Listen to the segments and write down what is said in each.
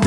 เ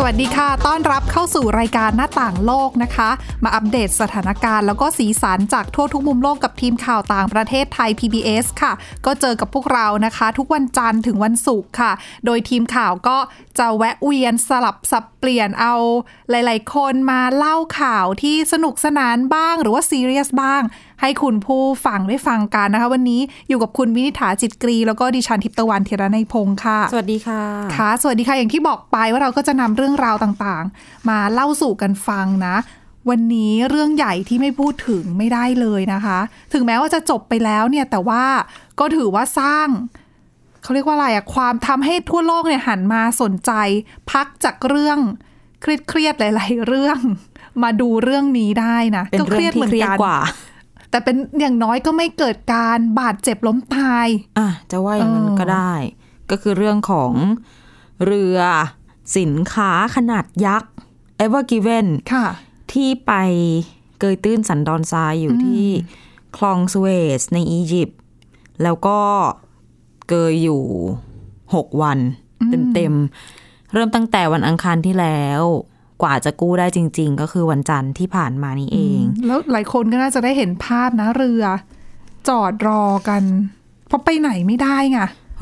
สวัสดีค่ะ ต้อนรับเข้าสู่รายการหน้าต่างโลกนะคะ มาอัปเดตสถานการณ์แล้วก็สีสันจากทั่วทุกมุมโลกกับทีมข่าวต่างประเทศไทย PBS ค่ะ ก็เจอกับพวกเรานะคะ ทุกวันจันทร์ถึงวันศุกร์ค่ะ โดยทีมข่าวก็จะแวะเวียนสลับสับเปลี่ยนเอาหลาย ๆ คนมาเล่าข่าวที่สนุกสนานบ้าง หรือว่าซีเรียสบ้าง ให้คุณผู้ฟังได้ฟังกันนะคะ วันนี้อยู่กับคุณวินิษฐาจิตกรี แล้วก็ดิฉันทิพย์ตะวันเทระในยพงค์ค่ะ สวัสดีค่ะ ค่ะสวัสดีค่ะ อย่างที่บอกไปว่าเราก็จะนำเรื่องราวต่างๆ มาเล่าสู่กันฟังนะ วันนี้เรื่องใหญ่ที่ไม่พูดถึงไม่ได้เลยนะคะ ถึงแม้ว่าจะจบไปแล้วเนี่ยแต่ว่าก็ถือว่าสร้าง เขาเรียกว่าอะไรอะความทำให้ทั่วโลกเนี่ยหันมาสนใจ พักจากเรื่องเครียดๆหลาย ๆ เรื่อง มาดูเรื่องนี้ได้นะ เป็นเรื่องที่เครียดกว่า แต่เป็นอย่างน้อยก็ไม่เกิดการบาดเจ็บล้มตาย อ่ะจะว่าอย่างนั้น เออ ก็ได้ ก็คือเรื่องของเรือสินค้าขนาดยักษ์ Ever Given ค่ะ ที่ไปเกยตื้นสันดอนทรายอยู่ที่คลองสเวสในอียิปต์แล้วก็เกยอยู่ 6 วันเต็มๆ เริ่มตั้งแต่วันอังคารที่แล้ว กว่าจะกู้ได้จริง ๆ ก็คือวันจันทร์ที่ผ่านมานี้เอง แล้วหลายคนก็น่าจะได้เห็นภาพนะเรือ จอดรอกัน เพราะไปไหนไม่ได้ไง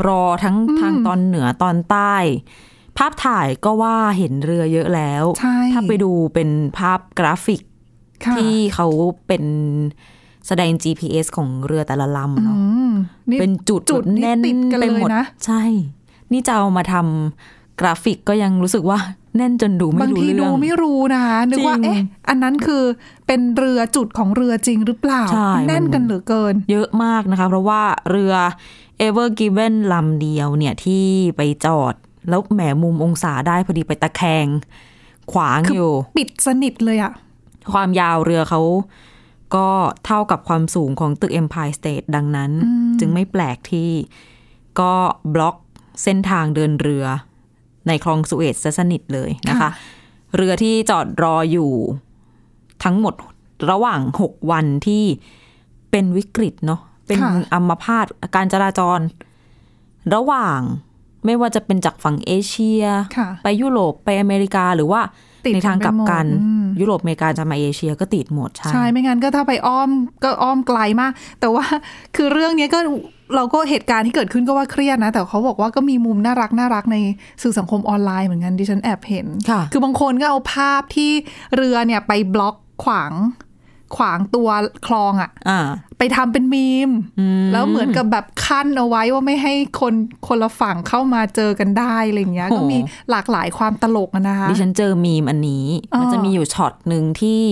รอทั้งทางตอนเหนือตอนใต้ ภาพถ่ายก็ว่าเห็นเรือเยอะแล้ว ใช่ ถ้าไปดูเป็นภาพกราฟิก ค่ะ ที่เขาเป็นแสดง GPS ของเรือแต่ละลำอะเนาะ อืมนี่ เป็นจุด จุดนี่ แน่น ติดกันเลย ไปหมด นะ ใช่ นี่จะเอามาทำกราฟิกก็ยังรู้สึกว่าแน่นจนดู บา ไม่ ง รู้ ที เรื่ ดู อง ไม่รู้นะคะนึกว่า จริง เอ๊ะ อันนั้นคือเป็นเรือจุดของเรือจริงหรือเปล่า ใช่มัน แน่นกันเหลือเกิน เยอะมากนะคะ เพราะว่าเรือ Ever Given ลำเดียวเนี่ยที่ไปจอด แล้วแหมมุมองศาได้พอดีไปตะแคง ขวาง คือ อ อ ยู่ ปิดสนิทเลยอะ ความยาวเรือเขาก็เท่ากับความสูงของตึก Empire State ดังนั้น จึงไม่แปลกที่ก็บล็อกเส้นทางเดินเรือ ในคลองสุเอตซะสนิทเลยนะคะ เรือที่จอดรออยู่ทั้งหมดระหว่าง 6 วันที่เป็นวิกฤตเนาะเป็นอัมพาตการจราจร ระหว่างไม่ว่าจะเป็นจากฝั่งเอเชีย ค่ะ ไปยุโรปไปอเมริกาหรือว่า ติด ในทางกลับกัน ไปหมดอืม ยุโรปอเมริกาจะมาเอเชียก็ติดหมดใช่ ใช่ไม่งั้นก็ถ้าไปอ้อมก็อ้อมไกลมาก แต่ว่า คือเรื่องเนี้ยก็เราก็เหตุการณ์ที่เกิดขึ้นก็ว่าเครียดนะ แต่เขาบอกว่าก็มีมุมน่ารักน่ารักในสื่อสังคมออนไลน์เหมือนกันดิฉันแอบเห็น ค่ะ อบางคนก็เอาภาพที่เรือเนี่ยไปบล็อกขวาง ขวางตัวคลองอะ อ่า ไปทำเป็นมีม แล้วเหมือนกับแบบขั้นเอาไว้ว่าไม่ให้คนคนละฝั่งเข้ามาเจอกันได้อะไรอย่างเงี้ย โห ก็มีหลากหลายความตลกอะนะคะ ดิฉันเจอมีมอันนี้ อ่ามั มันจะมีอยู่ช็อตหนึ่งที่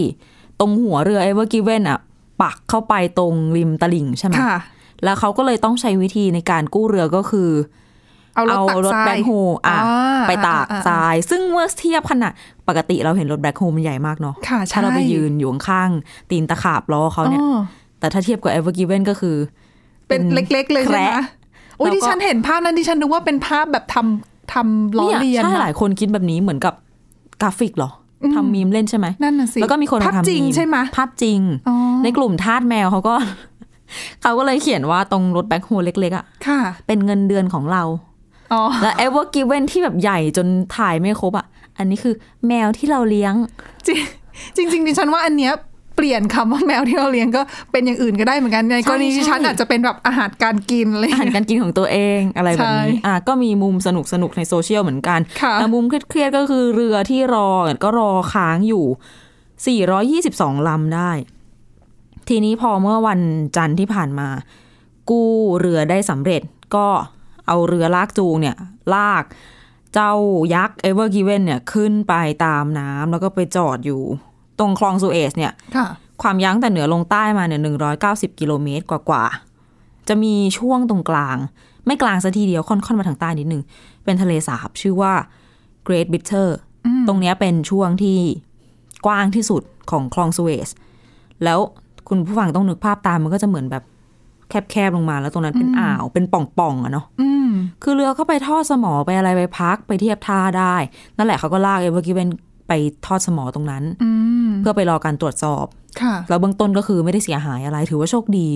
ตรงหัวเรือเอเวอร์กิเวนอ่ะ ปักเข้าไปตรงริมตลิ่งใช่ไหม ค่ะ แล้วเขาก็เลยต้องใช้วิธีในการกู้เรือก็คือ เอารถ เอา ตัก รถ ทราย แบ็คโฮลอ่ะ อ่ ไปตาก อ่อ่ ทราย ซึ่งเมื่อเทียบขนาดปกติเราเห็นรถแบ็คโฮลมันใหญ่มากเนาะ ค่ะ ถ้าเราไป ใช่ ยืนอยู่ข้างๆตีนตะขาบล้อเขาเนี่ย อ๋อ แต่ถ้าเทียบกับเอเวอร์กิเวนก็คือ เป็นเล็ก ๆ เลยใช่ไหม แคระ โอ้ย แล้วก็ ที่ฉันเห็นภาพนั้นที่ฉันนึกว่าเป็นภาพแบบทำทำล้อ เนี่ย เลียน ใช่ห อะ ลายคนคิดแบบนี้เหมือนกับกราฟิกเหรออทำมีมเล่นใช่ไหม นั่นน่ะสิ แล้วก็มีคนเอ ภาพ ทำ จริงใช่ไหม ภาพจริง อ๋อ ในกลุ่มทาสแมวเขาก็ เขาก็เลยเขียนว่าตรงรถแบ็คโฮลเล็กๆอ่ะ ค่ะ เป็นเงินเดือนของเรา อ๋อ และเอเวอร์กิเวนที่แบบใหญ่จนถ่ายไม่ครบอ่ะ อันนี้คือแมวที่เราเลี้ยง จริงจริงๆดิฉันว่าอันเนี้ยเปลี่ยนคำว่าแมวที่เราเลี้ยงก็เป็นอย่างอื่นก็ได้เหมือนกันในกรณี ใช่ ที่ฉันอาจจะเป็นแบบอาหารการกินอะไรอ อา ย่าง หาร เงี้ย การกินของตัวเองอะไรแบบ ใช่ นี้อ่ะก็มีมุมสนุกสนุกๆในโซเชียลเหมือนกัน ค่ะ แต่มุมเครียดๆก็คือเรือที่รอก็รอค้างอยู่ 422 ลำได้ ทีนี้พอเมื่อวันจันทร์ที่ผ่านมา กู้เรือได้สำเร็จก็เอาเรือลากจูงเนี่ย ลากเจ้ายักษ์เอเวอร์กิเวนเนี่ย ขึ้นไปตามน้ำแล้วก็ไปจอดอยู่ ตรงคลองสุเอซเนี่ย ค่ะ ความยั้งแต่เหนือลงใต้มาเนี่ย190 กิโลเมตรกว่าๆ จะมีช่วงตรงกลาง ไม่กลางซะทีเดียวค่อนๆมาทางใต้นิดนึง เป็นทะเลสาบชื่อว่า Great Bitter ตรงเนี้ยเป็นช่วงที่กว้างที่สุดของคลองสเวส แล้วคุณผู้ฟังต้องนึกภาพตามมันก็จะเหมือนแบบ แค แคบๆลงมา แล้วตรงนั้นเป็นอ่าว เป็นป่องๆอะเนาะ อืม คือเรือเข้าไปทอดสมอไปอะไรไปพักไปเทียบท่าได้ นั่นแหละเขาก็ลากเอเวอร์กิเวนไปทอดสมอตรงนั้น อืม เพื่อไปรอการตรวจสอบ ค่ะ แล้วเบื้องต้นก็คือไม่ได้เสียหายอะไร ถือว่าโชคดี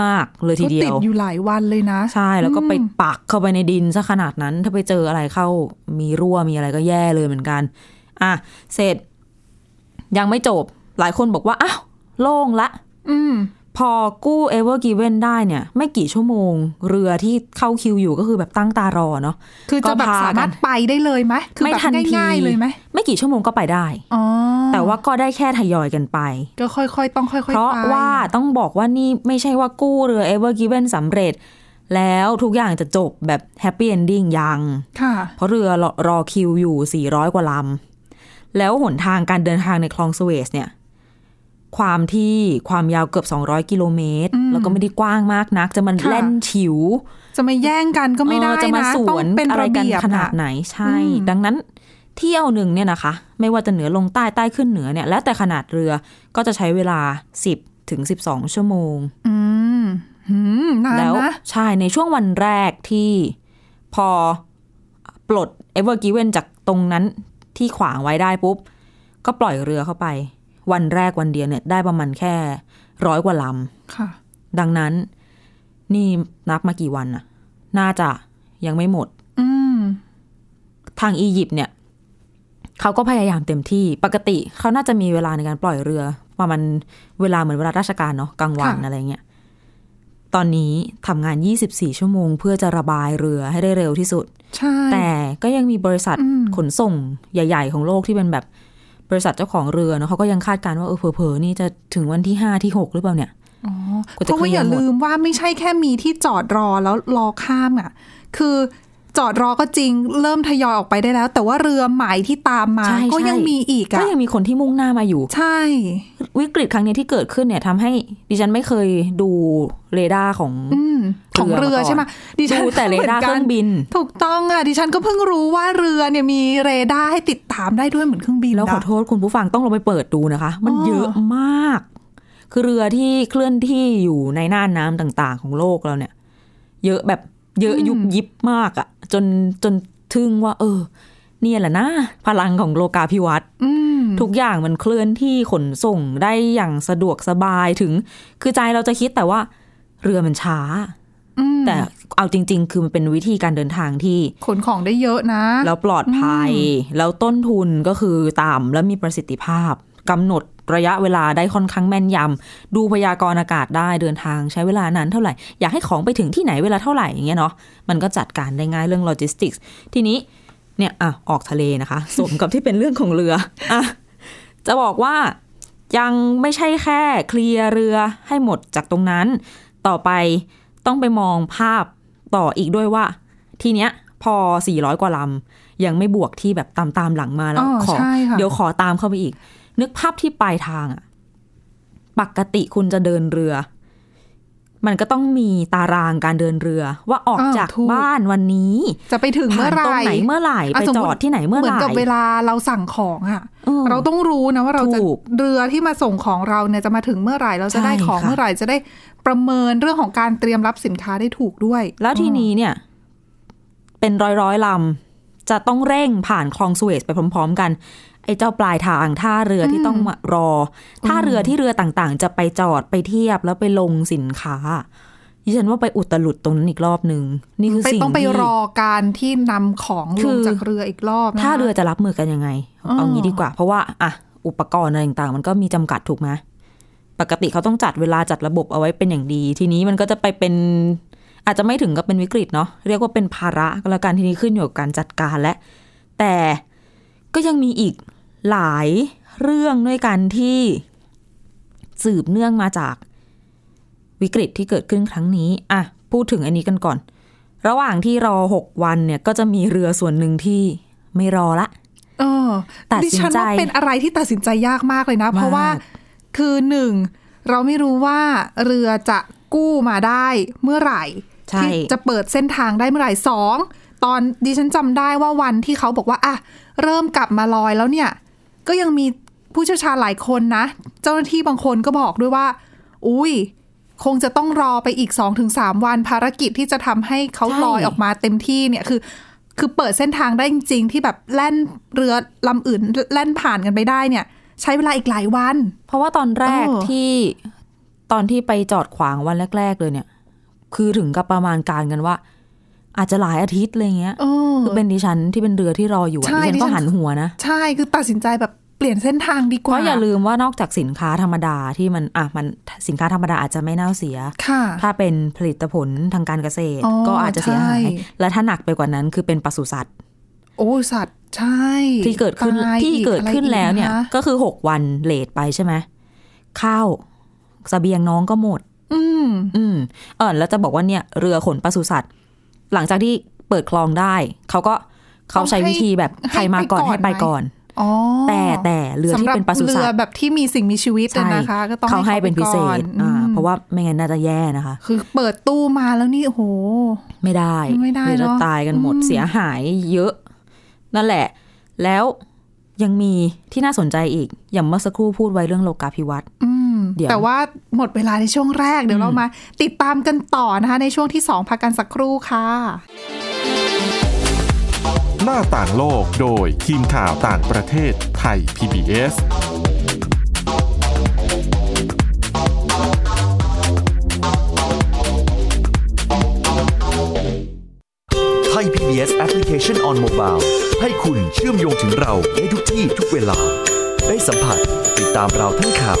มากๆ เลยทีเดี ก็ติ ย ด ว อยู่หลายวันเลยนะ ใช่ แล้วก็ไปปักเข้าไปในดินซะขนาดนั้น ถ้าไปเจออะไรเข้า มีรั่วมีอะไรก็แย่เลยเหมือนกัน อ่ะ เสร็จ ยังไม่จบ หลายคนบอกว่า อ้าว โล่งละ อืม พอกู้เอเวอร์กิเวนได้เนี่ย ไม่กี่ชั่วโมง เรือที่เข้าคิวอยู่ก็คือแบบตั้งตารอเนาะ คือจะแบบ ก็พากัน สามารถไปได้เลยไหมคือ ไม่ แบบ ทันที ง่ายๆเลยไหม ไม่กี่ชั่วโมงก็ไปได้ อ๋อ แต่ว่าก็ได้แค่ทยอยกันไป ก็ค่อยๆ ต้องค่อยๆไป เพราะว่าต้องบอกว่านี่ไม่ใช่ว่ากู้เรือเอเวอร์กิเวนสำเร็จ แล้วทุกอย่างจะจบแบบแฮปปี้เอนดิ้งยัง ค่ะ เพราะเรือรอรอคิวอยู่ 400 กว่าลำ แล้วหนทางการเดินทางในคลองสเวซเนี่ย ความที่ความยาวเกือบ 200 กิโลเมตร แล้วก็ไม่ได้กว้างมากนัก จะมัน ค่ะ แล่นฉิว จะมาแย่งกันก็ไม่ได้ เออจะมา นะ ส ต้อ ว ง น เป็น อะไร ระ กัน เบียบ ขนาด อะ ไหนใช่ อืม ดังนั้นเที่ยวหนึ่งเนี่ยนะคะ ไม่ว่าจะเหนือลงใต้ใต้ขึ้นเหนือเนี่ย แล้วแต่ขนาดเรือก็จะใช้เวลา 10ถึง12 ชั่วโมง อืมหืมนาน แล้ว นะ ใช่ในช่วงวันแรกที่พอปลดเอเวอร์กิเวนจากตรงนั้นที่ขวางไว้ได้ปุ๊บ ก็ปล่อยเรือเข้าไป วันแรกวันเดียวเนี่ยได้ประมาณแค่ร้อยกว่าล ค่ะ ำ ดังนั้นนี่นับมากี่วันน่ะ น่าจะยังไม่หมด อืม ทางอียิปต์เนี่ยเขาก็พยายามเต็มที่ปกติเขาน่าจะมีเวลาในการปล่อยเรือ ประมาณเวลาเหมือนเวลาราชการเนาะกลางวัน ค่ะ อะไรเงี้ยตอนนี้ทำงาน 24 ชั่วโมง เพื่อจะระบายเรือให้ได้เร็วที่สุด ใช่ แต่ก็ยังมีบริษัท อืม ขนส่งใหญ่ ๆ ของโลกที่เป็นแบบบริษัทเจ้าของเรือเนาะเขาก็ยังคาดการณ์ว่าเออเผลอๆนี่จะถึงวันที่ 5 ที่ 6 หรือเปล่าเนี่ย อ๋อก ว่า เพ จะ ราะว่าอย่า เคลียร์หมด ลืมว่าไม่ใช่แค่มีที่จอดรอแล้วรอข้ามอ่ะ คือจอดรอก็จริง เริ่มทยอยออกไปได้แล้ว แต่ว่าเรือใหม่ที่ตามมา ใช่ ก็ยัง ใช่ มีอีก ก็ อ่ะ ยังมีคนที่มุ่งหน้ามาอยู่ ใช่ วิกฤตครั้งเนี้ยที่เกิดขึ้นเนี่ยทำให้ดิฉันไม่เคยดูเรดาร์ของ อืมของเรือ เรือมาก่อน ใช่ไหมดิฉัน ดูแต่เรดาร์ หมืนกัเคน รื่องบิน ถูกต้องค่ะดิฉันก็เพิ่งรู้ว่าเรือเนี่ยมีเรดาร์ให้ติดตามได้ด้วยเหมือนเครื่องบิน แล้วขอ นะ โทษคุณผู้ฟังต้องลองไปเปิดดูนะคะ มัน อ๋อ เยอะมาก คือเรือที่เคลื่อนที่อยู่ในน่านน้ำต่างๆ ของโลกเราเนี่ย เยอะแบบเยอะยุบยิบมากอะจนจนทึ่งว่า เออ เนี่ยแหละนะ พลังของโลกาภิวัตน์ อืม ทุกอย่างมันเคลื่อนที่ขนส่งได้อย่างสะดวกสบายถึง คือใจเราจะคิดแต่ว่า เรือมันช้า อืม แต่เอาจริง ๆ คือมันเป็นวิธีการเดินทางที่ ขนของได้เยอะนะ แล้วปลอดภัย แล้วต้นทุนก็คือต่ำและมีประสิทธิภาพกำหนดระยะเวลาได้ค่อนข้างแม่นยำดูพยากรณ์อากาศได้เดินทางใช้เวลานานเท่าไหร่ อยากให้ของไปถึงที่ไหนเวลาเท่าไหร่อย่างเงี้ยเนาะมันก็จัดการได้ง่ายเรื่องโลจิสติกส์ทีนี้เนี่ยอ่ะออกทะเลนะคะ สมกับที่เป็นเรื่องของเรืออ่ะจะบอกว่ายังไม่ใช่แค่เคลียร์เรือให้หมดจากตรงนั้น ต่อไปต้องไปมองภาพต่ออีกด้วยว่า ทีเนี้ยพอ 400 กว่าลำ ยังไม่บวกที่แบบตามตามๆหลังมาแล้ว อ๋อ ขอ ใช่ค่ะ เดี๋ยวขอตามเข้าไปอีก นึกภาพที่ปลายทางอะปกติคุณจะเดินเรือ มันก็ต้องมีตารางการเดินเรือ ว่าออก อ้าว จาก ถูก บ้านวันนี้ จะไปถึง ผ่า เมื่อน ไห ตรง ร่ ไหนเมื่อไหร่ ะ ไป สม จ มุ อดที่ไหนเมื่อ เห ไห มือน ร่ กับเวลาเราสั่งของอะ เออ เราต้องรู้นะว่าเราจะ ถูก เรือที่มาส่งของเราเนี่ยจะมาถึงเมื่อไหร่เราจะ ใช่ ได้ของ ค่ะ เมื่อไหร่จะได้ประเมินเรื่องของการเตรียมรับสินค้าได้ถูกด้วย แล้วทีนี้เนี่ย เป็นร้อยร้อยๆลำ จะต้องเร่งผ่านคลองสเวซไปพร้อม ๆ กัน ไอ้เจ้าปลายทางท่าเรือที่ต้องมารออท่าเรือที่เรือต่างๆ จะไปจอดไปเทียบแล้วไปลงสินค้าดิฉันว่าไปอุตลุดตรงนั้นอีกรอบหนึ่งนี่คือ ไป สิ่ง ต้องไป ที่ รอการที่นำของ คื ลง อ จากเรืออีกรอบนะคะ ถ้าเรือจะรับมือกันยังไง อ๋อ เอางี้ดีกว่า เพราะว่าอ่ะอุปกรณ์อะไรต่างๆ มันก็มีจำกัดถูกไหมปกติเขาต้องจัดเวลาจัดระบบเอาไว้เป็นอย่างดี ทีนี้มันก็จะไปเป็น อาจจะไม่ถึงกับเป็นวิกฤตเนาะเรียกว่าเป็นภาระก็แล้วกันทีนี้ขึ้นอยู่กับการจัดการและ แต่ก็ยังมีอีกหลายเรื่องด้วยกันที่สืบเนื่องมาจากวิกฤตที่เกิดขึ้นครั้งนี้อ่ะพูดถึงอันนี้กันก่อน ระหว่างที่รอหกวันเนี่ยก็จะมีเรือส่วนหนึ่งที่ไม่รอละ เออ ตัดสินใจ ดิฉัว่าเป็นอะไรที่ตัดสินใจยากมากเลยนะ เพราะว่าคือหนึ่งเราไม่รู้ว่าเรือจะกู้มาได้เมื่อไหร่ ใช่ ที่จะเปิดเส้นทางได้เมื่อไหร่สองตอนดิฉันจำได้ว่าวันที่เขาบอกว่าอ่ะเริ่มกลับมาลอยแล้วเนี่ย ก็ยังมีผู้เชี่ยวชาญหลายคนนะ เจ้าหน้าที่บางคนก็บอกด้วยว่า อุ้ย คงจะต้องรอไปอีก 2-3 วันภารกิจที่จะทำให้เขา ใช่ ลอยออกมาเต็มที่เนี่ยคือ คือเปิดเส้นทางได้จริงๆ ที่แบบแล่นเรือลำอื่นแล่นผ่านกันไปได้เนี่ย ใช้เวลาอีกหลายวัน เพราะว่าตอนแรก เออ ที่ตอนที่ไปจอดขวางวันแรก ๆ เลยเนี่ย คือถึงกับประมาณการกันว่า อาจจะหลายอาทิตย์อะไรเงี้ย เออ คือเป็นดิฉันที่เป็นเรือที่รออยู่อะ ใช่ ดิฉัน ดิฉั ก็ น หันหัวนะ ใช่คือตัดสินใจแบบเปลี่ยนเส้นทางดีก เพ ว่า ราะอย่าลืมว่านอกจากสินค้าธรรมดาที่มันอ่ะมันสินค้าธรรมดาอาจจะไม่เน่าเสีย ค่ะ ถ้าเป็นผลิตผลทางการเกษตร อ๋อ ก็อาจจะเสียหาย ใช่ และถ้าหนักไปกว่านั้นคือเป็นปศุสัตว์ โอ้สัตว์ใช่ ที่เกิดขึ้น ตาย ที่ อี เกิดขึ้น อะไรอี แล้วเนี่ย ะคะ ก็คือหกวันเลทไปใช่ไหมข้าวเสบียงน้องก็หมด อืม อืมเออแล้วจะบอกว่าเนี่ยเรือขนปศุสัตว์ หลังจากที่เปิดคลองได้ เขาก็เขาใช้วิธีแบบ ให้ ใครมาก่อนให้ ไป ไป ก่ ก่ อ อน น อ๋อ แต่แต่เรือที่เป็นปศุำหรับสัตว์เรือแบบที่มีสิ่งมีชีวิต ใช่ น่ะนะคะ ก็ต้อง เขาให้เป็นพิเศษ ก่อน อ่า อืม เพราะว่าไม่งั้นน่าจะแย่นะคะ คือเปิดตู้มาแล้วนี่โอ้โห ไม่ได้ ไม่ได้ เดี๋ยวจะ เนอะ ตายกันหมด อืม เสียหายเยอะ นั่นแหละ แล้วยังมีที่น่าสนใจอีก อย่างเมื่อสักครู่พูดไว้เรื่องโลกาภิวัตน์ อืม เดี๋ยว แต่ว่าหมดเวลาในช่วงแรก เดี๋ยว อืม เรามาติดตามกันต่อนะคะ ในช่วงที่สองพักกันสักครู่ค่ะ หน้าต่างโลกโดยทีมข่าวต่างประเทศไทย PBS ไทย PBS Application on Mobile ให้คุณเชื่อมโยงถึงเราในทุกที่ทุกเวลา ได้สัมผัสติดตามเราทั้งข่าว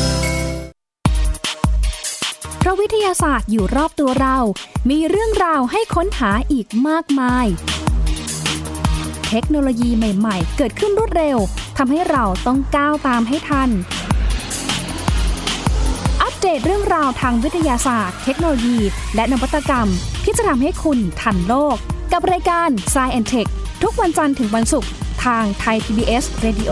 เพราะวิทยาศาสตร์อยู่รอบตัวเรา มีเรื่องราวให้ค้นหาอีกมากมาย เทคโนโลยีใหม่ ๆ เกิดขึ้นรวดเร็ว ทำให้เราต้องก้าวตามให้ทัน อัปเดตเรื่องราวทางวิทยาศาสตร์ เทคโนโลยี และนวัตกรรม ที่จะทำให้คุณทันโลก กับรายการ s c i e n t e c h ทุกวันจันทร์ถึงวันศุกร์ทางไทย PBS Radio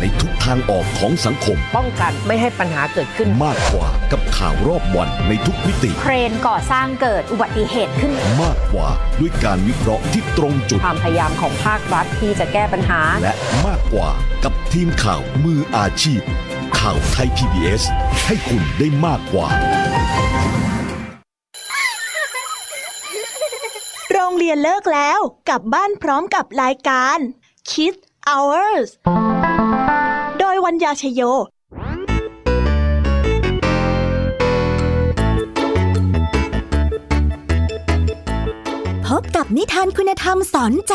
ในทุกทางออกของสังคม ป้องกันไม่ให้ปัญหาเกิดขึ้น มากกว่ากับข่าวรอบวันในทุกมิติ เครนก่อสร้างเกิดอุบัติเหตุขึ้น มากกว่าด้วยการวิเคราะห์ที่ตรงจุด ความพยายามของภาครัฐที่จะแก้ปัญหา และมากกว่ากับทีมข่าวมืออาชีพ ข่าวไทย PBS ให้คุณได้มากกว่า โรงเรียนเลิกแล้ว กลับบ้านพร้อมกับรายการ Kids Hours โดยวัญญาชยโย พบกับนิทานคุณธรรมสอนใจ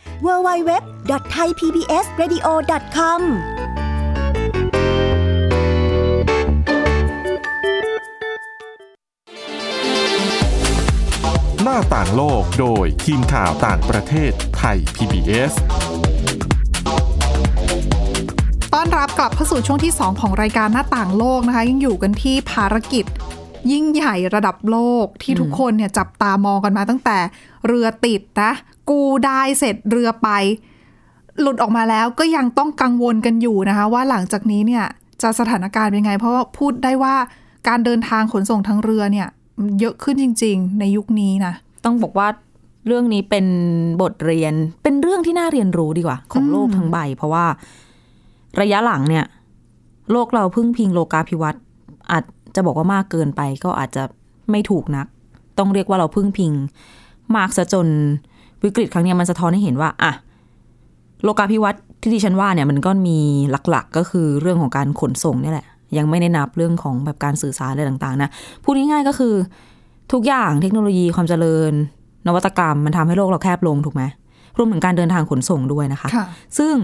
www.thaipbsradio.com หน้าต่างโลกโดยทีมข่าวต่างประเทศไทย PBS ต้อนรับกลับเข้าสู่ช่วงที่ 2 ของรายการหน้าต่างโลกนะคะ ยังอยู่กันที่ภารกิจ ยิ่งใหญ่ระดับโลกที่ทุกคนเนี่ยจับตามองกันมาตั้งแต่เรือติดนะ กูได้เสร็จเรือไป หลุดออกมาแล้วก็ยังต้องกังวลกันอยู่นะคะ ว่าหลังจากนี้เนี่ยจะสถานการณ์เป็นยังไง เพราะว่าพูดได้ว่าการเดินทางขนส่งทางเรือเนี่ยมันเยอะขึ้นจริง ๆ ในยุคนี้นะ ต้องบอกว่าเรื่องนี้เป็นบทเรียนเป็นเรื่องที่น่าเรียนรู้ดีกว่า ของโลกทั้งใบ เพราะว่าระยะหลังเนี่ย โลกเราพึ่งพิงโลกาภิวัตน์อาจจะบอกว่ามากเกินไปก็อาจจะไม่ถูกนัก ต้องเรียกว่าเราพึ่งพิง มากซะจนวิกฤตครั้งเนี้ยมันสะท้อนให้เห็นว่าอ่ะโลกาภิวัตน์ที่ดิฉันว่าเนี่ยมันก็มีหลักๆ ก็คือเรื่องของการขนส่งเนี่ยแหละ ยังไม่ได้นับเรื่องของแบบการสื่อสารอะไรต่างๆนะพูดง่ายๆก็คือทุกอย่างเทคโนโลยีความเจริญ นวัตกรรมมันทำให้โลกเราแคบลงถูกไหมรวมถึงการเดินทางขนส่งด้วยนะคะ ซึ่ง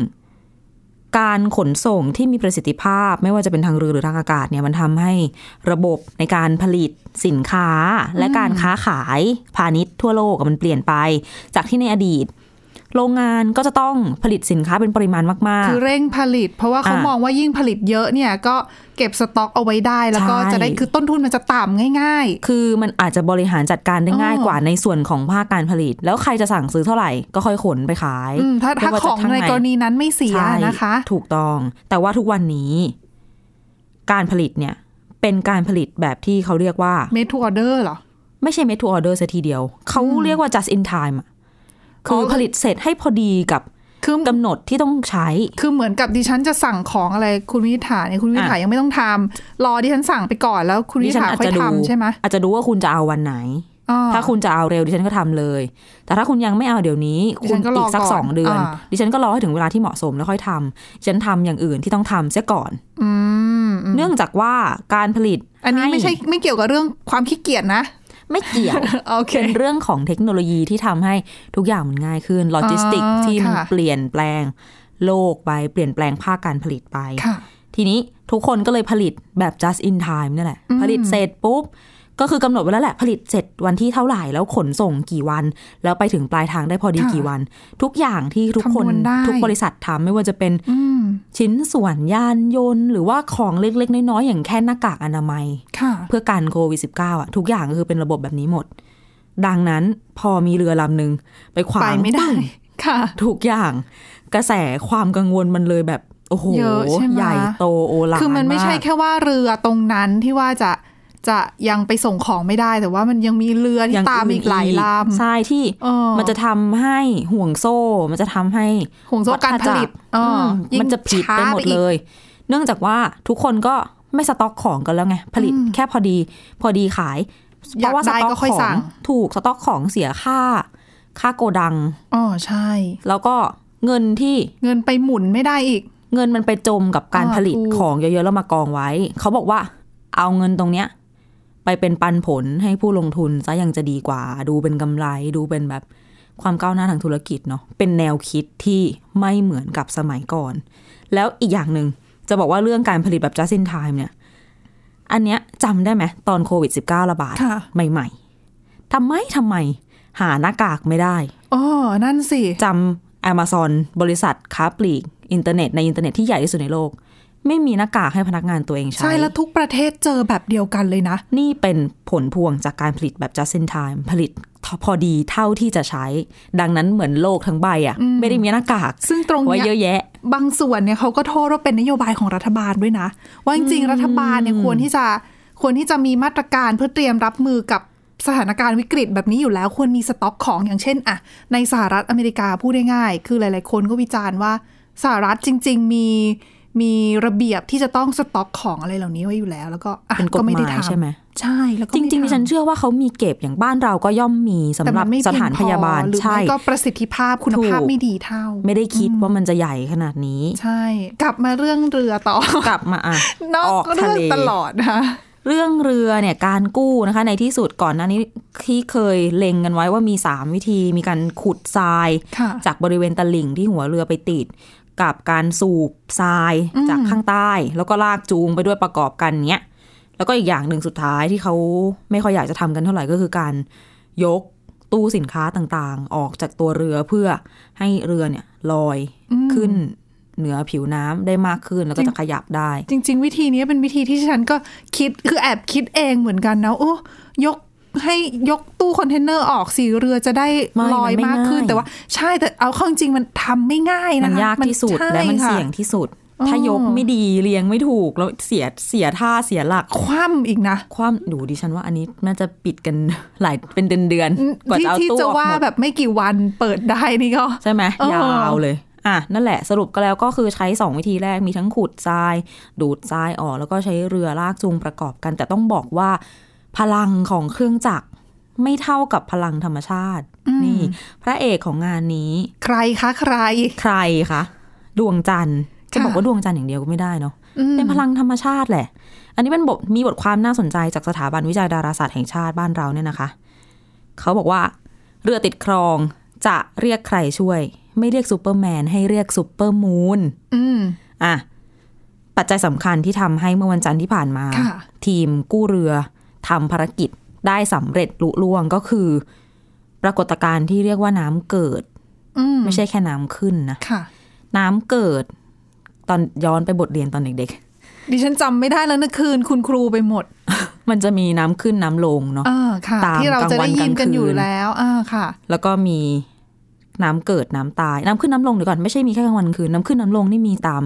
การขนส่งที่มีประสิทธิภาพไม่ว่าจะเป็นทางเรือหรือทางอากาศเนี่ยมันทำให้ระบบในการผลิตสินค้าและการค้าขายพาณิชย์ทั่วโลกอะมันเปลี่ยนไป จากที่ในอดีต โรงงานก็จะต้องผลิตสินค้าเป็นปริมาณมาก คือเร่งผลิต เพราะว่าเขา อ่ะ มองว่ายิ่งผลิตเยอะเนี่ยก็เก็บสต็อกเอาไว้ได้ แล้วก็ ใช่ จะได้คือต้นทุนมันจะต่ำง่าย ๆ คือมันอาจจะบริหารจัดการได้ง่าย อ๋อ กว่าในส่วนของภาคการผลิต แล้วใครจะสั่งซื้อเท่าไหร่ก็ค่อยขนไปขาย อืมถ้า ไม่ ถ้า ว่ ข จะ อง ทา ใน ไห กรณีนั้นไม่เสีย ใช่ นะคะ ถูกต้อง แต่ว่าทุกวันนี้ การผลิตเนี่ย เป็นการผลิตแบบที่เขาเรียกว่า เมทูออเดอร์เหรอ ไม่ใช่ made to order ซะทีเดียว เขาเรียกว่า just in time อะคือผลิตเสร็จให้พอดีกับกำหนดที่ต้องใช้ คือเหมือนกับดิฉันจะสั่งของอะไรคุณวินิษฐาเนี่ยคุณวินิษฐา อ่ะ ยังไม่ต้องทำรอดิฉันสั่งไปก่อนแล้วคุณวินิษฐาค่อยทำใช่ไหม อาจจะดูว่าคุณจะเอาวันไหน อ่ ถ้าคุณจะเอาเร็วดิฉันก็ทำเลย แต่ถ้าคุณยังไม่เอาเดี๋ยวนี้ ดิฉั คุณ นก็รอ อีกสัก ก่อน สองเดือน อ่า ดิฉันก็รอให้ถึงเวลาที่เหมาะสมแล้วค่อยทำดิฉันทำอย่างอื่นที่ต้องทำเสียก่อน อืมอืม เนื่องจากว่าการผลิต อันนี้ไม่ใช่ไม่เกี่ยวกับเรื่องความขี้เกียจนะ ไม่เกี่ยว โอเค เป็นเรื่องของเทคโนโลยีที่ทำให้ทุกอย่างมันง่ายขึ้น โลจิสติก อ๋อ ที่มัน ค่ะ เปลี่ยนแปลงโลกไป เปลี่ยนแปลงภาคการผลิตไป ค่ะ ทีนี้ทุกคนก็เลยผลิตแบบ just in time นั่นแหละ อืม ผลิตเสร็จปุ๊บ ก็คือกำหนดไว้แล้วแหละ ผลิตเสร็จวันที่เท่าไหร่แล้วขนส่งกี่วัน แล้วไปถึงปลายทางได้พอดีกี่วัน ทุกอย่างที่ทุกคน ำวณได้ ทุกบริษัททำไม่ว่าจะเป็น อืม ชิ้นส่วนยานยนต์ หรือว่าของเล็กๆน้อยๆอย่างแค่หน้ากากอนามัย ค่ะ เพื่อกันโควิด -19 อ่ะ ทุกอย่างก็คือเป็นระบบแบบนี้หมด ดังนั้นพอมีเรือลำหนึ่งไปขวาง ไปไม่ได้ ปึ้ง ค่ะ ทุกอย่าง กระแสความกังวลมันเลยแบบ โอ้โห เยอะใช่ไหม ใหญ่โตโอลาน คือมันไม่ใช่ าก แค่ว่าเรือตรงนั้นที่ว่าจะจะยังไปส่งของไม่ได้ แต่ว่ามันยังมีเรือที่ตามอีกหลายลำ ใช่ที่ เออ มันจะทำให้ห่วงโซ่ มันจะทำให้ ห่วงโซ่การผลิต วัฏจักร เออ ม ยิ่ง มันจะผิดไปหมด ช้าไปอีก เลย เนื่องจากว่าทุกคนก็ไม่สต็อกของกันแล้วไง ผลิตแค่พอดี พอดีขาย อ เพ ยาก ราะว่าส ได้ ต็อก ก็ค่อย ขอ สั่ ง ง ถูกสต็อกของเสียค่า ค่าโกดัง อ๋อใช่ แล้วก็เงินที่ เงินไปหมุนไม่ได้อีก เงินมันไปจมกับการ อ่า ผลิต ถูก ของเยอะๆแล้วมากองไว้ เขาบอกว่าเอาเงินตรงเนี้ย ไปเป็นปันผลให้ผู้ลงทุนซะยังจะดีกว่า ดูเป็นกำไรดูเป็นแบบความก้าวหน้าทางธุรกิจเนาะเป็นแนวคิดที่ไม่เหมือนกับสมัยก่อน แล้วอีกอย่างหนึ่งจะบอกว่าเรื่องการผลิตแบบ just in time เนี่ย อันเนี้ยจำได้ไหมตอนโควิด -19 ระบาด ค่ะ ใหม่ๆทำไมทำไม หาหน้ากากไม่ได้ อ๋อนั่นสิ จำ Amazon บริษัทค้าปลีกอินเทอร์เน็ตในอินเทอร์เน็ตที่ใหญ่ที่สุดในโลก ไม่มีหน้ากากให้พนักงานตัวเองใช้ ใช่แล้วทุกประเทศเจอแบบเดียวกันเลยนะ นี่เป็นผลพวงจากการผลิตแบบ just in time ผลิตพอดีเท่าที่จะใช้ ดังนั้นเหมือนโลกทั้งใบอะ่ะ ไม่ได้มีหน้ากาก ซึ่งตรง ไว้ เนี้ เยอะ ย แยะ บางส่วนเนี่ยเขาก็โทษว่าเป็นนโยบายของรัฐบาลด้วยนะ ว่าจริงๆ รัฐบาลเนี่ยควรที่จะควรที่จะมีมาตรการเพื่อเตรียมรับมือกับสถานการณ์วิกฤตแบบนี้อยู่แล้ว ควรมีสต็อกของอย่างเช่นอะในสหรัฐอเมริกาพูดได้ง่ายๆคือหลายๆ คนก็วิจารณ์ว่าสหรัฐจริง ๆ มีมีระเบียบที่จะต้องสต็อกของอะไรเหล่านี้ไว้อยู่แล้ว แล้วก็อ่ะ เป็นกฎ ไม่ได้ หมาย ทำ ใช่ไหม ใช่แล้วก็ จ ไม่ ริงๆดิฉัน ทำ เชื่อว่าเขามีเก็บอย่างบ้านเราก็ย่อมมีสำ แต่ ห มั รับ นไม่ ส เพียง ถานพยาบาล พอหรือ ใช่ ไม่ก็ประสิทธิภาพคุณภาพ ถูก ไม่ดีเท่า ไม่ได้คิดว่ามันจะใหญ่ขนาดนี้ ใช่ กลับมาเรื่องเรือต่อ กลับมาอ่ะ นอก ออก เรื่ ทะ อง เล ตลอดนะ เรื่องเรือเนี่ยการกู้นะคะ ในที่สุดก่อนหน้านี้ที่เคยเล็งกันไว้ว่ามี 3 วิธีมีการขุดทราย ค่ะ จากบริเวณตลิ่งที่หัวเรือไปติด กับการสูบทราย อืม จากข้างใต้ แล้วก็ลากจูงไปด้วยประกอบกันเนี้ยแล้วก็อีกอย่างหนึ่งสุดท้ายที่เขาไม่ค่อยอยากจะทำกันเท่าไหร่ก็คือการยกตู้สินค้าต่างๆ ออกจากตัวเรือเพื่อให้เรือเนี่ยลอยขึ้นเหนือผิวน้ำได้มากขึ้นแล้วก็จะขยับได้ จริง ๆ วิธีนี้เป็นวิธีที่ฉันก็คิดคือแอบคิดเองเหมือนกันนะโอ้ยกให้ยกตู้คอนเทนเนอร์ออกสิเรือจะได้ ไม่ ลอย มันไม่ มากขึ้น ง่าย แต่ว่าใช่แต่เอาเข้าจริงๆมันทำไม่ง่าย มั นะ น คะ ยากที่สุด ใช่ และมัน ค่ะ เสี่ยงที่สุด อ๋อ ถ้ายกไม่ดีเรียงไม่ถูกแล้วเสียเสียท่าเสียหลัก คว่ำอีกนะ ความดูดิฉันว่าอันนี้น่าจะปิดกัน หลายเป็นเดือนเดือนๆกว่า ที่ จะเอา ที่ ตู้อ จะ อกห ว่าม ด แบบไม่กี่วันเปิดได้นี่ก็ ใช่ไหม เออ ยาวเลย อ่ะ นั่นแหละสรุปก็แล้วก็คือใช้ 2 วิธีแรกมีทั้งขุดทราย ดูดทรายออก แล้วก็ใช้เรือลากจูงประกอบกัน แต่ต้องบอกว่าพลังของเครื่องจักร ไม่เท่ากับพลังธรรมชาติ นี่ พระเอกของงานนี้ ใครคะใคร ใครคะดวงจันทร์จะบอกว่าดวงจันทร์อย่างเดียวก็ไม่ได้เนาะเป็นพลังธรรมชาติแหละ อันนี้เป็นบทมีบทความน่าสนใจจากสถาบันวิจัยดาราศาสตร์แห่งชาติบ้านเราเนี่ยนะคะ เขาบอกว่า เรือติดคลองจะเรียกใครช่วย ไม่เรียกซูเปอร์แมนให้เรียกซูเปอร์มูนอ่ะปัจจัยสำคัญที่ทำให้เมื่อวันจันทร์ที่ผ่านมา ทีมกู้เรือทำภารกิจได้สำเร็จลุล่วงก็คือ ปรากฏการณ์ที่เรียกว่าน้ำเกิดไม่ใช่แค่น้ำขึ้นนะ ค่ะ น้ำเกิด ตอนย้อนไปบทเรียนตอนเด็ก ๆ ดิฉันจำไม่ได้แล้วนะคืนคุณครูไปหมด มันจะมีน้ำขึ้นน้ำลงเนาะ ะตามที่เราจะได้ยินกันอยู่แล้วอ่าค่ะ แล้วก็มีน้ำเกิดน้ำตาย น้ำขึ้นน้ำลงเดี๋ยวก่อนไม่ใช่มีแค่กลางวันคืนน้ำขึ้นน้ำลงนี่มีตาม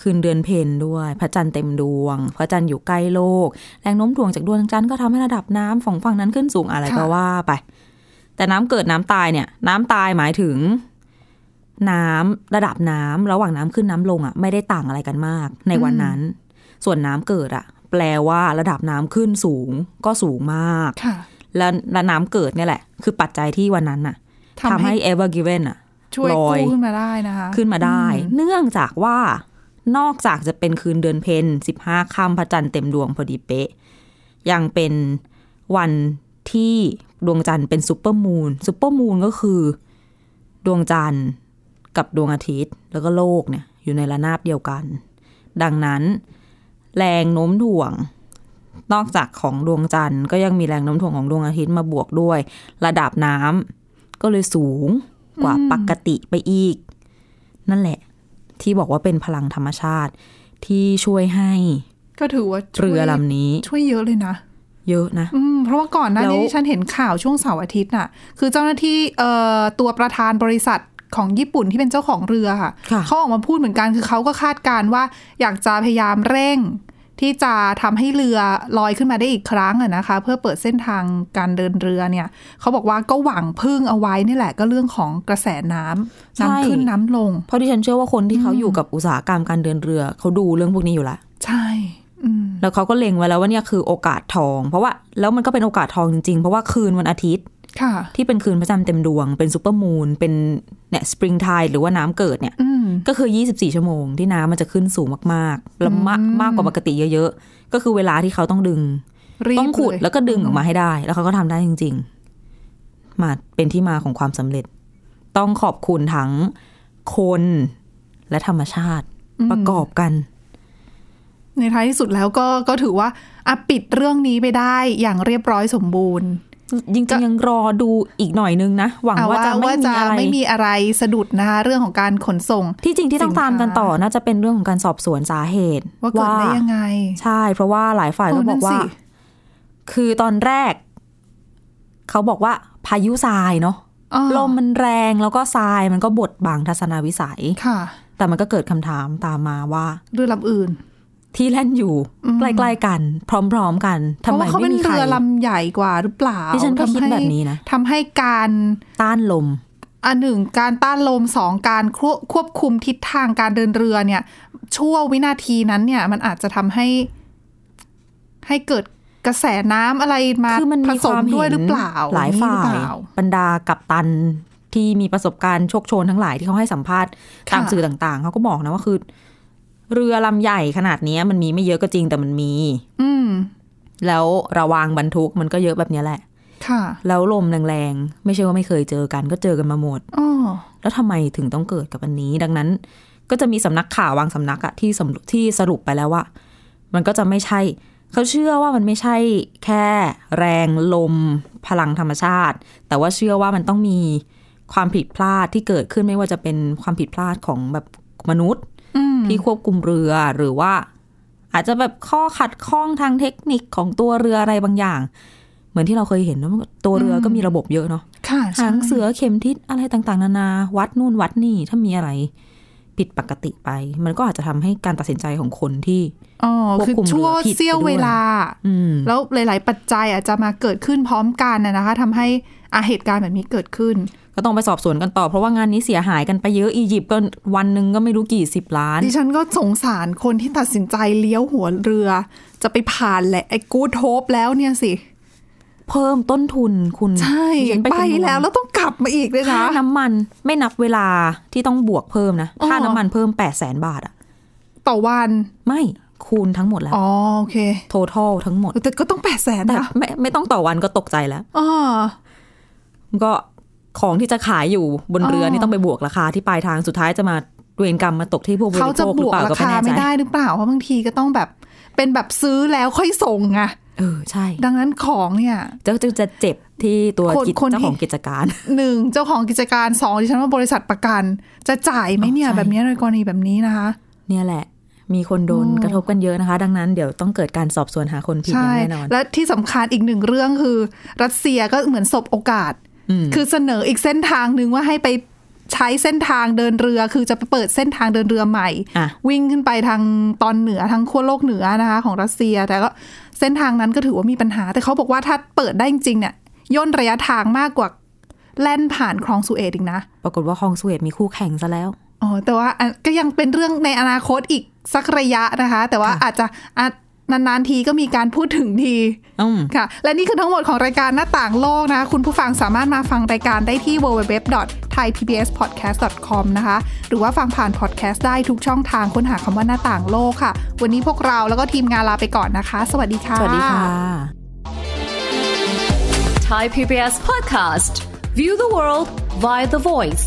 คืนเดือนเพ็ญด้วย พระจันทร์เต็มดวง พระจันทร์อยู่ใกล้โลก แรงโน้มถ่วงจากดวงจันทร์ก็ทำให้ระดับน้ำฝั่งฝั่งนั้นขึ้นสูงอะไรก็ว่าไป แต่น้ำเกิดน้ำตายเนี่ย น้ำตายหมายถึง น้ำระดับน้ำระหว่างน้ำขึ้นน้ำลงอะ่ะไม่ได้ต่างอะไรกันมาก ในวันนั้น ส่วนน้ำเกิดอะ่ะ แปลว่าระดับน้ำขึ้นสูงก็สูงมากและและน้ำเกิดเนี่ยแหละ คือปัจจัยที่วันนั้นน่ะ ทำให้ ever given อ่ะ ช่วยกู้ขึ้นมาได้นะคะ ขึ้นมาได้ เนื่องจากว่านอกจากจะเป็นคืนเดือนเพ็ญสิบห้าค่ำพระจันทร์เต็มดวงพอดีเป๊ะ ยังเป็นวันที่ดวงจันทร์เป็นซูเปอร์มูนซูเปอร์มูนก็คือ ดวงจันทร์กับดวงอาทิตย์ แล้วก็โลกเนี่ย อยู่ในระนาบเดียวกัน ดังนั้น แรงโน้มถ่วง นอกจากของดวงจันทร์ก็ยังมีแรงโน้มถ่วงของดวงอาทิตย์มาบวกด้วย ระดับน้ำก็เลยสูงกว่าปกติไปอีก นั่นแหละที่บอกว่าเป็นพลังธรรมชาติที่ช่วยให้ ก็ถือว่า เรือลำนี้ ช่วยเยอะเลยนะ เยอะนะ อืมเพราะว่าก่อนหน้านี้ฉันเห็นข่าวช่วงเสาร์อาทิตย์น่ะ คือเจ้าหน้าที่เอ่อตัวประธานบริษัทของญี่ปุ่นที่เป็นเจ้าของเรือค่ะเขาออกมาพูดเหมือนกันคือเขาก็คาดการว่า อยากจะพยายามเร่ง ที่จะทำให้เรือลอยขึ้นมาได้อีกครั้งนะคะ เพื่อเปิดเส้นทางการเดินเรือเนี่ยเขาบอกว่าก็หวังพึ่งเอาไว้นี่แหละก็เรื่องของกระแสน้ำน้ำขึ้นน้ำลง เพราะที่ฉันเชื่อว่าคนที่เขาอยู่กับอุตสาหกรรมการเดินเรือเขาดูเรื่องพวกนี้อยู่ละ ใช่ แล้วเขาก็เล็งไว้แล้วว่าเนี่ยคือโอกาสทอง เพราะว่าแล้วมันก็เป็นโอกาสทองจริงๆ เพราะว่าคืนวันอาทิตย์ที่เป็นคืนพระจันทร์เต็มดวง เป็นซูเปอร์มูนเป็นเนี่ยสปริงไทด์หรือว่าน้ำเกิดเนี่ยก็คือ 24 ชั่วโมงที่น้ำมันจะขึ้นสูงมากๆแล้วมากมากกว่าปกติเยอะๆ ก็คือเวลาที่เขาต้องดึง ต้องขุดแล้วก็ดึงออกมาให้ได้ แล้วเขาก็ทำได้จริง ๆ มาเป็นที่มาของความสำเร็จ ต้องขอบคุณทั้งคนและธรรมชาติประกอบกัน ในท้ายที่สุดแล้วก็ก็ถือว่าอปิดเรื่องนี้ไปได้อย่างเรียบร้อยสมบูรณ์ จริงๆยังรอดูอีกหน่อยนึงนะ หวังว่าจะไม่มีอะไร ไม่มีอะไรสะดุดนะคะเรื่องของการขนส่ง ที่จริงที่ต้องตามกันต่อน่าจะเป็นเรื่องของการสอบสวนสาเหตุ ว่าเกิดได้ยังไง ใช่ เพราะว่าหลายฝ่ายก็บอกว่า คือตอนแรก เขาบอกว่าพายุทรายเนาะลมมันแรงแล้วก็ทรายมันก็บดบังทัศนวิสัย ค่ะ แต่มันก็เกิดคำถามตามมาว่า เรือลำอื่น ที่แล่นอยู่ใกล้ๆกัน พร้อมๆกันทำไมไม่มีใคร เรือลำใหญ่กว่าหรือเปล่า ที่ฉันก็คิดแบบนี้นะ ทำให้การ ต้านลม อันหนึ่งการต้านลมสองการควบคุมทิศทางการเดินเรือเนี่ย ชั่ววินาทีนั้นเนี่ย มันอาจจะทำให้ ให้เกิดกระแสน้ำอะไรมา คือมัน ผ สม ด้วยหรือเปล่า หลายฝ่ายบรรดากัปตันที่มีประสบการณ์โชคโชนทั้งหลายที่เขาให้สัมภาษณ์ตามสื่อต่าง ๆเขาก็บอกนะว่าคือเรือลำใหญ่ขนาดนี้มันมีไม่เยอะก็จริงแต่มันมี อื แล้วระวางบรรทุกมันก็เยอะแบบนี้แหละ ค่ะ แล้วลมแรงๆ ไม่ใช่ว่าไม่เคยเจอกันก็เจอกันมาหมด อแล้ว ทำไมถึงต้องเกิดกับอันนี้ ดังนั้น ก็จะมีสำนักข่าววางสำนักอะที่สที่สรุปไปแล้วว่า มันก็จะไม่ใช่ เขาเชื่อว่ามันไม่ใช่แค่แรงลมพลังธรรมชาติ แต่ว่าเชื่อว่ามันต้องมีความผิดพลาดที่เกิดขึ้นไม่ว่าจะเป็นความผิดพลาดของแบบมนุษย์ที่ควบคุมเรือหรือว่า อาจจะแบบข้อขัดข้องทางเทคนิคของตัวเรืออะไรบางอย่าง เหมือนที่เราเคยเห็นว่าตัวเรือก็มีระบบเยอะเนาะหางเสือเข็มทิศอะไรต่าง ๆ นานา วัดนู่นวัดนี่ถ้ามีอะไร ผิดปกติไป มันก็อาจจะทำให้การตัดสินใจของคนที่ ควบคุมเรือผิดเสี้ยวเวลาแล้วหลาย ๆ ปัจจัยอาจจะมาเกิดขึ้นพร้อมกันนะคะ ทำให้อาเหตุการณ์แบบนี้เกิดขึ้น ก็ต้องไปสอบสวนกันต่อเพราะว่างานนี้เสียหายกันไปเยอะอียิปต์ก็วันหนึ่งก็ไม่รู้กี่สิบล้าน ดิฉันก็สงสารคนที่ตัดสินใจเลี้ยวหัวเรือ จะไปผ่านแหละไอ้กูโทบแล้วเนี่ยสิ เพิ่มต้นทุนคุณ ใช่ไปแล้วแล้วต้องกลับมาอีกด้วยนะ ค่าน้ำมันไม่นับเวลาที่ต้องบวกเพิ่มนะค่าน้ำมันเพิ่ม 8 0 0แสนบาทอะ ต่อวัน ไม่คูณทั้งหมดแล้ว อ๋อโอเค ทั้งทั้ทั้งหมด แต่ก็ต้องแปดแสน แต่ นะ ไม่ไม่ต้องต่อวันก็ตกใจแล้ว อ๋อ ก็ของที่จะขายอยู่บนเรือนี่ต้องไปบวกราคาที่ปลายทางสุดท้ายจะมาเวรกรรมมาตกที่ผู้บริโภค เขาจะบวกราคาไม่ได้หรือเปล่าเพราะบางทีก็ต้องแบบเป็นแบบซื้อแล้วค่อยส่งไง เออใช่ ดังนั้นของเนี่ย จะจะเจ็บที่ตัวเจ้าของกิจการ หนึ่งเจ้าของกิจการสองดิฉันว่าบริษัทประกัน จะจ่ายไหมเนี่ยแบบนี้ในกรณีแบบนี้นะคะ เนี่ยแหละ มีคนโดนกระทบกันเยอะนะคะ ดังนั้นเดี๋ยวต้องเกิดการสอบสวนหาคนผิดอย่างแน่นอน และที่สำคัญอีกหนึ่งเรื่องคือ รัสเซียก็เหมือนสบโอกาส คือเสนออีกเส้นทางหนึ่งว่าให้ไปใช้เส้นทางเดินเรือคือจะไปเปิดเส้นทางเดินเรือใหม่ วิ่งขึ้นไปทางตอนเหนือทางขั้วโลกเหนือนะคะของรัสเซีย แต่ก็เส้นทางนั้นก็ถือว่ามีปัญหา แต่เขาบอกว่าถ้าเปิดได้จริงเนี่ยย่นระยะทางมากกว่าแล่นผ่านคลองสุเอตอีกนะ ปรากฏว่าคลองสุเอตมีคู่แข่งซะแล้ว อ๋อแต่ว่าก็ยังเป็นเรื่องในอนาคตอีกสักระยะนะคะ แต่ว่าอาจจะนานๆทีก็มีการพูดถึงทีค่ะ และนี่คือทั้งหมดของรายการหน้าต่างโลกนะ คุณผู้ฟังสามารถมาฟังรายการได้ที่ www.thaipbspodcast.com นะคะ หรือว่าฟังผ่านพอดแคสต์ได้ทุกช่องทางค้นหาคำว่าหน้าต่างโลกค่ะ วันนี้พวกเราแล้วก็ทีมงานลาไปก่อนนะคะ สวัสดีค่ะ สวัสดีค่ะ Thai PBS Podcast View the world via the voice